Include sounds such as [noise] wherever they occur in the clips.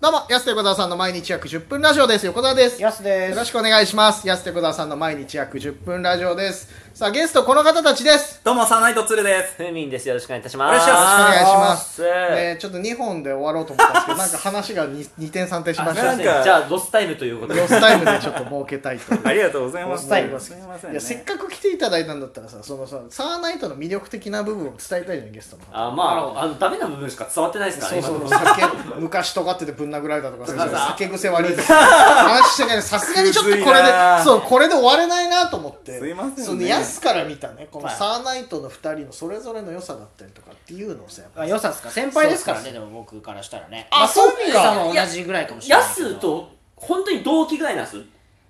どうも、安手小沢さんの毎日約10分ラジオです。横澤です。よやすですろしくお願いします。安手小沢さんの毎日約10分ラジオです。さあ、ゲストこの方たちです。どうも、サナイトツルです。ふみんです。よろしくお願いいたします。よろしくおお願いします。お願いしますね、ちょっと2本で終わろうと思ったんですけど、なんか話が 2, 二点3点しましすいたまなね。んせんかじゃあ、ロスタイムということで。ロスタイムでちょっと儲けたいという。 [laughs] ありがとうございます。お伝えすみません、いやね。せっかく来ていただいたんだったらさそのさサーナイトの魅力的な部分を伝えたいじゃんゲストのあまあ、あの、ダメな部分しか伝わってないですから、そうそう今の酒昔とがっててぶん殴られたとかそうそうさ酒癖悪いとか話してないのさすがにちょっとこれむでずいなそうこれで終われないなと思ってすいませんねそのヤスから見たねこのはいサーナイトの2人のそれぞれの良さだったりとかっていうのをさやっぱあ良さですか先輩ですからそうねでも僕からしたらねあまそっかソニーさんは同じぐらいかもしれないヤけどスと、本当に同期ぐらいなんです。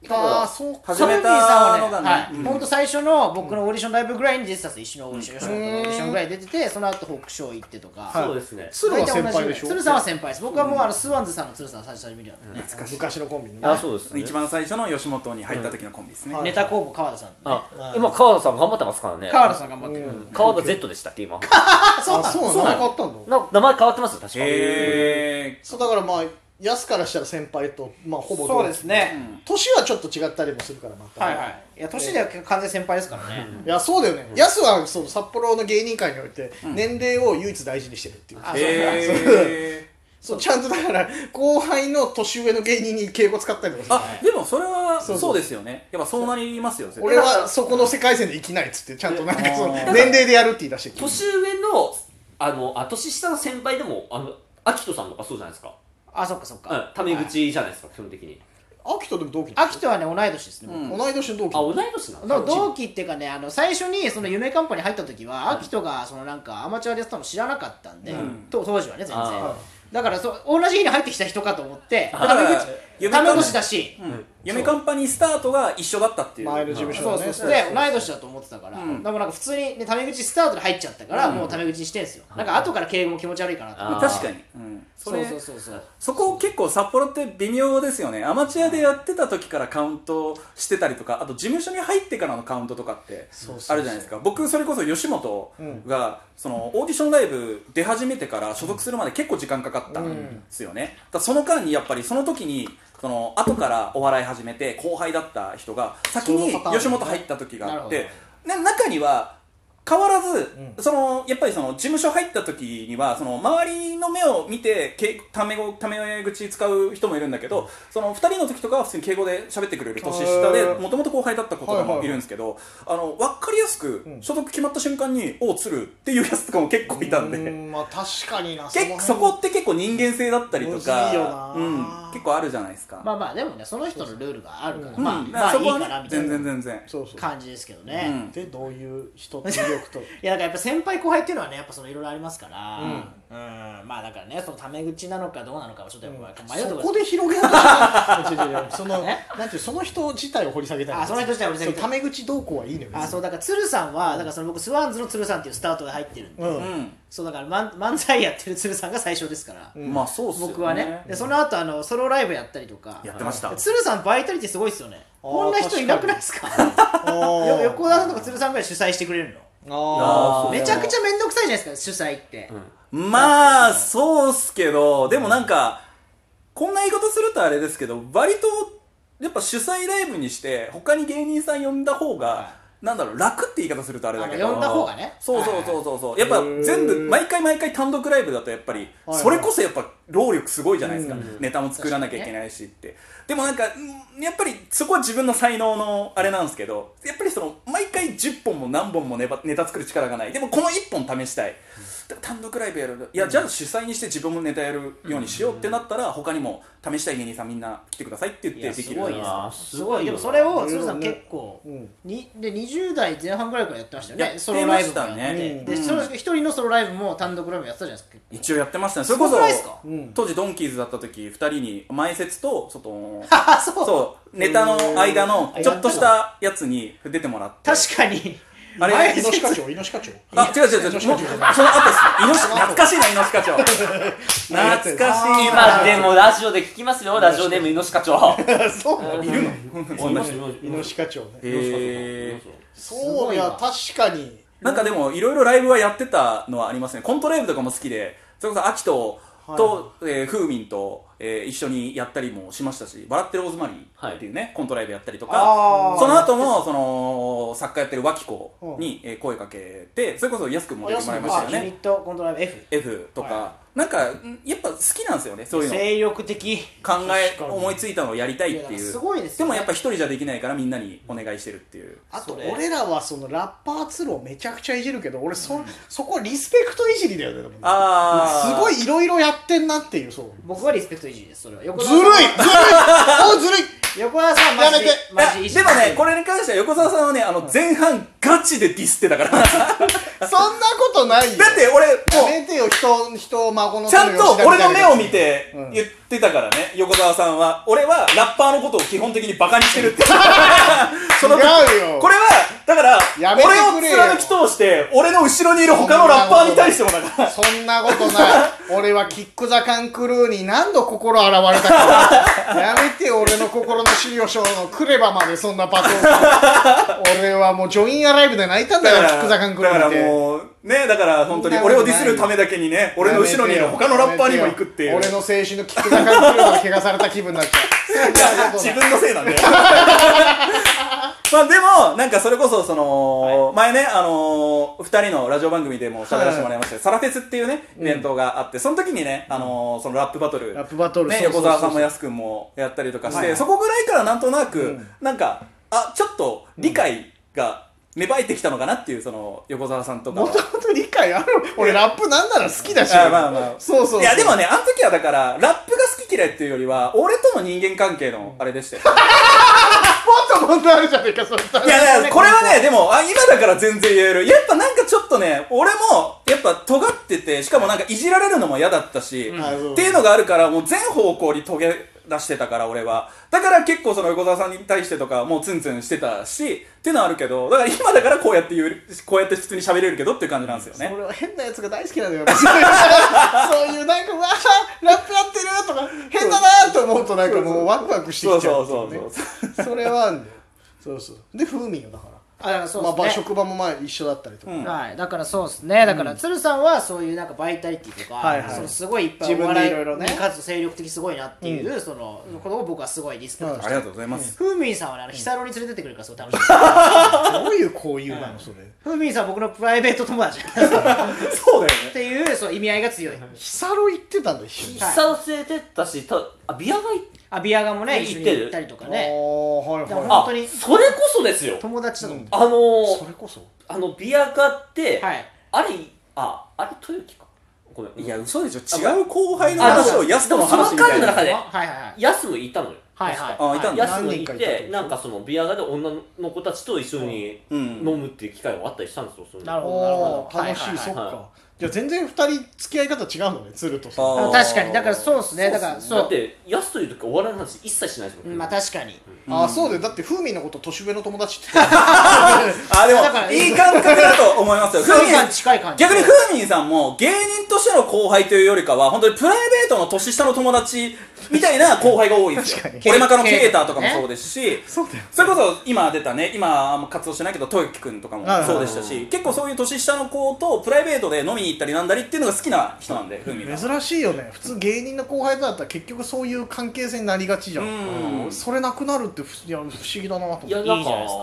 ああそうかソ始ニめーさたんのはがねねはいうんほんと最初の僕のオーディションライブぐらいに実際一緒のオーディション吉本のオーディションぐらいに出ててその後北勝行ってとはいかそうですね。鶴は先輩でしょ鶴さんは先輩です僕はもうあのスワンズさんの鶴さん最初に見るようなね昔のコンビねあ、そうです、ね。一。番最初の吉本に入った時のコンビですね。うんネタ工房川田さんねあ、今、川田さん頑張ってますからね。川田さん頑張ってうるん川田 Z でしたっけ、今。あそうなのそうなのあったんだな名前変わってますよ、確か。えそうだからまあヤスからしたら先輩とまあほぼ同期そうですー、うねん年はちょっと違ったりもするからまたはいはいいや年では完全に先輩ですからねいやそうだよね、やすはその札幌の芸人界において年齢を唯一大事にしてるっていう、あえーそうちゃんとだから後輩の年上の芸人に敬語使ったりとかするあ、でもそれはそうそうそうですよね。やっぱそうなりますよ、絶対俺はそこの世界線で生きないっつってちゃんとなんかその年齢でやるって言い出してきて年上の、あの、あ、年下の先輩でも、あの、秋人さんとかそうじゃないですか。あそっかそっうかん、タメ口じゃないですか、基本的に。秋人でも同期秋とはね同い年ですね僕うん同い年の同あ、期同い年なだんかだ。ら同期っていうかねあの最初にその夢カンパに入った時はアキトがそのなんかアマチュアでやってたの知らなかったんで、うんと当時はね全然あだからそう同じ日に入ってきた人かと思ってだから夢タメカン口だしうん夢カンパニースタートが一緒だったっていう。前の事務そ所うそうだねそうで同い年だと思ってたから、うんでもなんか普通に、ね、タメ口スタートで入っちゃったから、うんもうタメ口にしてんすよなんか後から敬語も気持ち悪いかなとうんあ確かに。うんそそうれそうそうそうそこ結構札幌って微妙ですよねアマチュアでやってた時からカウントしてたりとかあと事務所に入ってからのカウントとかってそうそうそうあるじゃないですか僕それこそ吉本がそのオーディションライブ出始めてから所属するまで結構時間かかったんですよね、だからその間にやっぱりその時にその後からお笑い始めて後輩だった人が先にそのパターンね吉本入った時があっなるてな中には変わらず、うんそのやっぱりその事務所入った時にはその周りの目を見てけためごため口使う人もいるんだけど、その2人の時とかは普通に敬語で喋ってくれる年下へでーもともと後輩だった子とかもいるんですけど、あの分かりやすくうん所属決まった瞬間に「おお鶴」っていうやつとかも結構いたんで。うんまあ確かにな結構そこって結構人間性だったりとむずいよなか、うん、結構あるじゃないですか、まあまあでもねその人のルールがあるからうんまあ、だまらあいそいこはかねなみたい全然な全然そうそう感じですけどね、うんでどういう人って魅 [laughs] 力といやだからやっぱ先輩後輩っていうのはねやっぱそのいろいろありますから、うんうんまあだからねそのタメ口なのかどうなのかはちょっとやっぱ迷うとそこころでで広げようとしてない [laughs] 違う違う違うそのえなんていうその人自体を掘り下げたいあその人自体を掘り下げたいそうタメ口動向はいいのよあそうだから鶴さんはだからその僕スワンズの鶴さんっていうスタートで入ってるんで、うんうそうだから漫漫才やってる鶴さんが最初ですから、ん、まあそうっすよね僕はねでその後あのソロライブやったりとかやってました鶴さんバイタリティすごいですよねあーこんな人いなくないですかよ [laughs] 横田さんとか鶴さんぐらい主催してくれるああのーめちゃくちゃ面倒くさいじゃないですか主催って、まあそうっすけどでもなんかこんな言い方するとあれですけど割とやっぱ主催ライブにして他に芸人さん呼んだ方はがなんだろう楽って言い方するとあれだけあど呼んだ方がねそうそうそうそうそうやっぱ全へ部ー毎回毎回単独ライブだとやっぱりはいそれこそやっぱ労力すごいじゃないですうかんネタも作らなきゃいけないしってでもなんかうんやっぱりそこは自分の才能のあれなんですけどやっぱりその毎回10本も何本もネタネタ作る力がないでもこの1本試したいでも単独ライブやるいやじゃあ主催にして自分もネタやるようにしようってなったら他にも試したい芸人さんみんな来てくださいってい言っやてですきるごいですあーすすごごいいでよもそれを鶴さんいろいろね結構、うんにで20代前半ぐらいからやってましたよやっねてソロライまブもしたねやって、うんでその一人のソロライブも単独ライブやってたじゃないですか結一応やってましたねそれ構こすごくないですそかうん当時ドンキーズだった時2人に前説とそ [laughs] の [laughs] あそうそうネタの間のうんちょっとしたやつに出てもらって確かにあれ前イノシ説カ町イノシカ町あ違う違う違うもうその後ですイノシ懐かしいなイノシカ長懐かしい今なでもラジオで聞きますよ、ラジオネーム、イノシカ長。 [laughs] そうなのいるのイノシカ町ねへーすそごういいやな確かになんかでもいろいろライブはやってたのはありますねコントライブとかも好きでそれこそアキトと、えー、フーミンとえー一緒にやったりもしましたし「笑ってるオーズマリー」っていうね、コントライブやったりとあかーその後もその作家やってる脇子にえー声かけてそれこそ安くんも出てもらいましたよあユニねットコントロール F F とか、はなんかんやっぱ好きなんですよねそういうの精力的考え確かに思いついたのをやりたいいっやだてからいうすごいですでよもねやっぱ一人じゃできないからみんなにお願いしてるっていうあとそれ俺らはそのラッパーツロをめちゃくちゃいじるけど俺そ,、そこリスペクトいじりだよねでもねあーすごいいろいろやってんなっていうそう僕はリスペクト維持ですそれは横ずるいずるいおずるい横田さんマジでやマジい意や識でもねこれに関しては横澤さんはねあの前半ガチでディスってたからだってそんなことないよ俺やもめてよ人人を孫のうちゃんと俺の目を見ててうん言ってたからね横澤さんは俺はラッパーのことを基本的にバカにしてるって [laughs] その違うよこれはだからやめてくれよ俺を貫き通して俺の後ろにいる他のラッパーに対してもだからそんなことない俺はキック・ザ・カン・クルーに何度心洗われたかやめてよ俺の心の資料書のクレバまでそんなパトーン俺はもうジョイン・アライブで泣いたんだよキック・ザ・カン・クルだーから見てもうねだから本当に俺をディスるためだけにね俺の後ろにいる他のラッパーにも行くっていう俺の青春のキック・ザ・カン・クルーが怪我された気分になっちゃうそんなこと自ない分のせいなんで [laughs] まあでもなんかそれこそその、前ねあのー、2人のラジオ番組でも喋らせてもらいましたけど、サラフェスっていうねイベントがあって、その時にね、あのー、そのラップバトルラップバトルね、そうそうそう横澤さんもやすくんもやったりとかして、はいそこぐらいからなんとなく、なんかあちょっと理解が芽生えてきたのかなっていうその横澤さんとかはもともと理解ある俺ラップなんなら好きだしあまあまあそうそうそういやでもねあの時はだからラップが好き嫌いっていうよりは俺との人間関係のあれでしたよもっと問題あるじゃねえかそしたらいやいやこれはねでもあ今だから全然言えるやっぱなんかちょっとね俺もやっぱ尖っててしかもなんかいじられるのも嫌だったし、んあそうっていうのがあるからもう全方向に遂げ出してたから俺はだから結構その横澤さんに対してとかもうツンツンしてたしっていうのはあるけどだから今だからこうやって言えるこうやって普通に喋れるけどっていう感じなんですよね俺は変なやつが大好きなんだよそういうなんかうわーラップやってるとか変だなと思うとなんかもうワクワクしてそうきちゃそううそうそうそうそれはあんだよそうそうで風味よだからあだからそうまあで場すね職場もまあ一緒だったりとか、うんはい、だからそうですねだから鶴さんはそういうなんかバイタリティとか、はいはいそのすごいいっぱい自お分で笑いいろいろねかつ精力的すごいなっていう、そのこの僕はすごいリスペクトあしてりるがとうございます、ふみんさんはねあの日サロに連れてってくれるからすごい楽しみですどういう交友なのそれふみんさんは僕のプライベート友達っ [laughs] そうだよねていうそう意味合いが強いヒサロ行ってたんだよ一緒に喫茶を連れてったし、たあビアガイあビアガもね一緒に行ってる行ったりとかあねーはいはいあは本当にそれこそですよ。友達だと思っあのいそー、れこそあのビアガって、てはいあれ、あ、あれ豊樹か。ごめん。いや嘘でしょ違う後輩のあ話を安との話みたいその回のな中であはいはいはいヤスもいたのよ。はいはいあいたんだヤスも何人いかいたってこて、となんかそのビアガで女の子たちと一緒にうん飲むっていう機会もあったりしたんですよ。そのなるほどなるおほどー楽しい、はははそっか、はじゃあ全然二人付き合い方違うのね鶴とさあーあ確かにだからそうですねだからそだっうて、ヤスという時お笑いの話一切しないですも。うんんまあ確かにあーそうだよだって風味のこと年上の友達って言ってたあでもだからいい感覚だと思いますよふみんさん近い感じ逆にふーみんさんも芸人としての後輩というよりかは本当にプライベートの年下の友達みたいな後輩が多いんですよ確かに俺まかのケーターとかもケーターとかねそうですしそうだよそれこそ今出たね今あんま活動してないけど豊樹くんとかもはいはいそうでしたし結構そういう年下の子とプライベートで飲みに行ったりなんだりっていうのが好きな人なんでふーみんさん珍しいよね普通芸人の後輩とだったら結局そういう関係性になりがちじゃんうんうんそれなくなるってふいや不思議だなと思いや、ってなんいいかじゃないで、す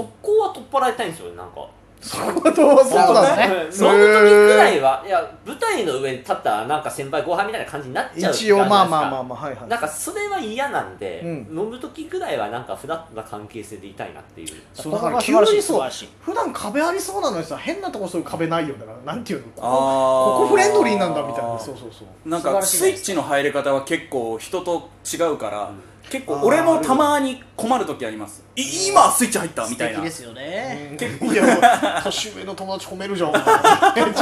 かうんそこは取っ払いたいんですよね、なんか。そことはそうそうなだんだねうんそそのう時くらいは、いや、舞台の上に立ったら、なんか先輩後輩みたいな感じになっちゃう一応まあまあまあままあはいはいなんかそれは嫌なんで、うん飲む時くらいはなんかフラットな関係性でいたいなっていうそうだから素急晴らしいに素そ晴うらしい普段壁ありそうなのにさ変なとこそういう壁ないよだからなんていうのあこーこフレンドリーなんだみたいなそうそうそうなん素晴からしいスイッチの入れ方は結構人と違うから、結構俺もたまに困る時ありますい今スイッチ入ったみ素たい敵なですよね結構いや年上の友達褒めるじゃんめち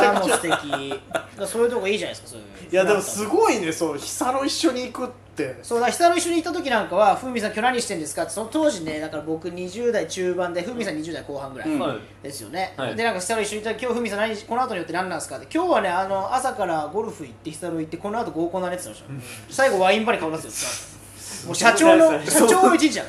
ゃくもちうゃ素敵だからそういうとこいいじゃないですかそういういやでもすごいねそうヒサロ一緒に行くってそうだ久々一緒に行った時なんかは「ふみさん今日何してんですか?」ってその当時ねだから僕20代中盤でふみさん20代後半ぐらいうんはいですよね、はいでなんか久々一緒に行ったら「今日ふみさん何この後によって何なんですか?」って「今日はねあの朝からゴルフ行って久々行ってこの後合コンだね」って言ってました最後ワインバーに顔出すよってもう社長の社長の一日じゃん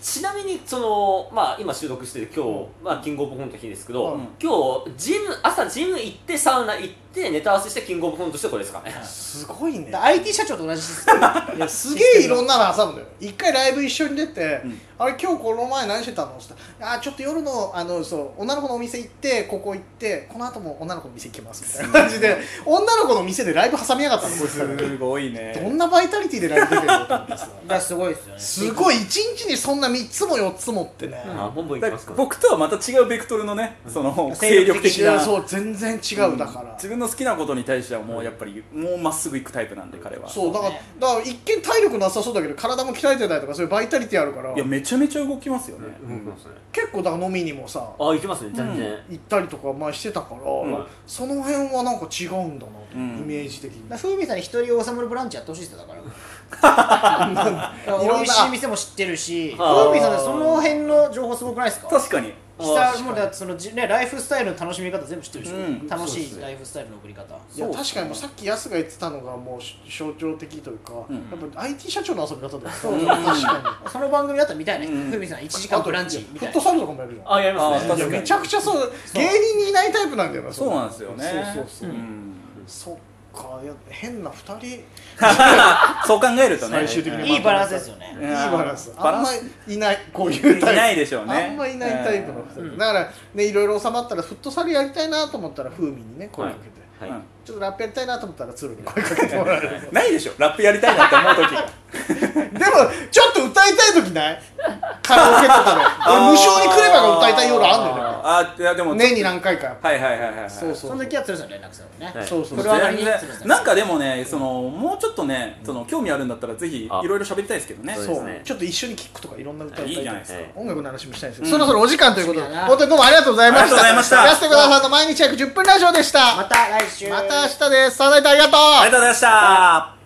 ちなみにその、まあ、今収録してる今日、まあ、キングオブコントの日ですけど、うん今日ジム朝ジム行ってサウナ行っってネタ合わせしてキングオブコントしてこれですかねすごいねだから IT 社長と同じシステムいやすげえいろんなの挟むんだよ一回ライブ一緒に出て「あれ今日この前何してたの?」って言ったらあーちょっと夜のあのそう女の子のお店行ってここ行ってこの後も女の子の店行きます」みたいな感じで女の子の店でライブ挟みやがったのこいつすごいねどんなバイタリティでライブ出てるのと思ってさがすごいですよねすごい一日にそんな3つも4つもってね、ああボンボンいきだまかすらか僕とはまた違うベクトルのね、その精精力力的いなやそう全然違うだから、自分の好きなことに対してはもうやっぱりもうまっすぐ行くタイプなんで彼はそうだからだから一見体力なさそうだけど体も鍛えてたりとかそういうバイタリティあるからいやめちゃめちゃ動きますよね、うん動きますね結構だから飲みにもさああいきますね全然、行ったりとか前してたから、んその辺はなんか違うんだな、うんイメージ的にだから風味さんに一人収まるブランチやってほしいですよだからいろんな美味しい店も知ってるしあー風味さんってその辺の情報すごくないですか確かにあ下ーもうだってそのじねライフスタイルの楽しみ方全部知ってるでしょ、うん楽しそうですいねライフスタイルの送り方いやそう確かにもうさっきヤスが言ってたのがもうし象徴的というか、うんやっぱ IT 社長の遊び方だよそううん確かにその番組だったら見たいねうん風味さん1時間ブランチみフッたいトなサルとかもやるじゃんああやりまあすねー確かにいやめちゃくちゃそう芸人にいないタイプなんだよなそうなんですよねそうそうそう、うんそっかいや変な2人いいそう考えるとね最終的にいいバランスですよねうんバランスバあラんンまスりいないこういうタイプいないでしょうねあんまいないタイプの2人、うんだからねいろいろ収まったらフットサルやりたいなと思ったら風味にね声かけて、はい、うんちょっとラップやりたいなと思ったら鶴に声かけてもらえるないでしょラップやりたいなって思う時がでもちょっと歌いたい時ないカラオケとかで俺無償にクレバが歌いたい夜あんだよだかあーいやでもら年に何回かやっぱはいはいはいはいはいそうそそうの時は鶴さんに連絡するのね、はいそうそうそこれうは上がりに全然なんかでもねそのもうちょっとねその興味あるんだったらぜひいろいろ喋りたいですけどねあそうそうですねちょっと一緒にキックとかいろんな歌歌いいいたいじゃとなかいですか音楽の話もしたいんですけど、うそんろそろお時間ということで楽しみだな本当にどうもありがとうございましたありがとうございました安手小沢さんの毎日約10分ラジオでしたまた来週また明日ですサナイトありがとうありがとうございました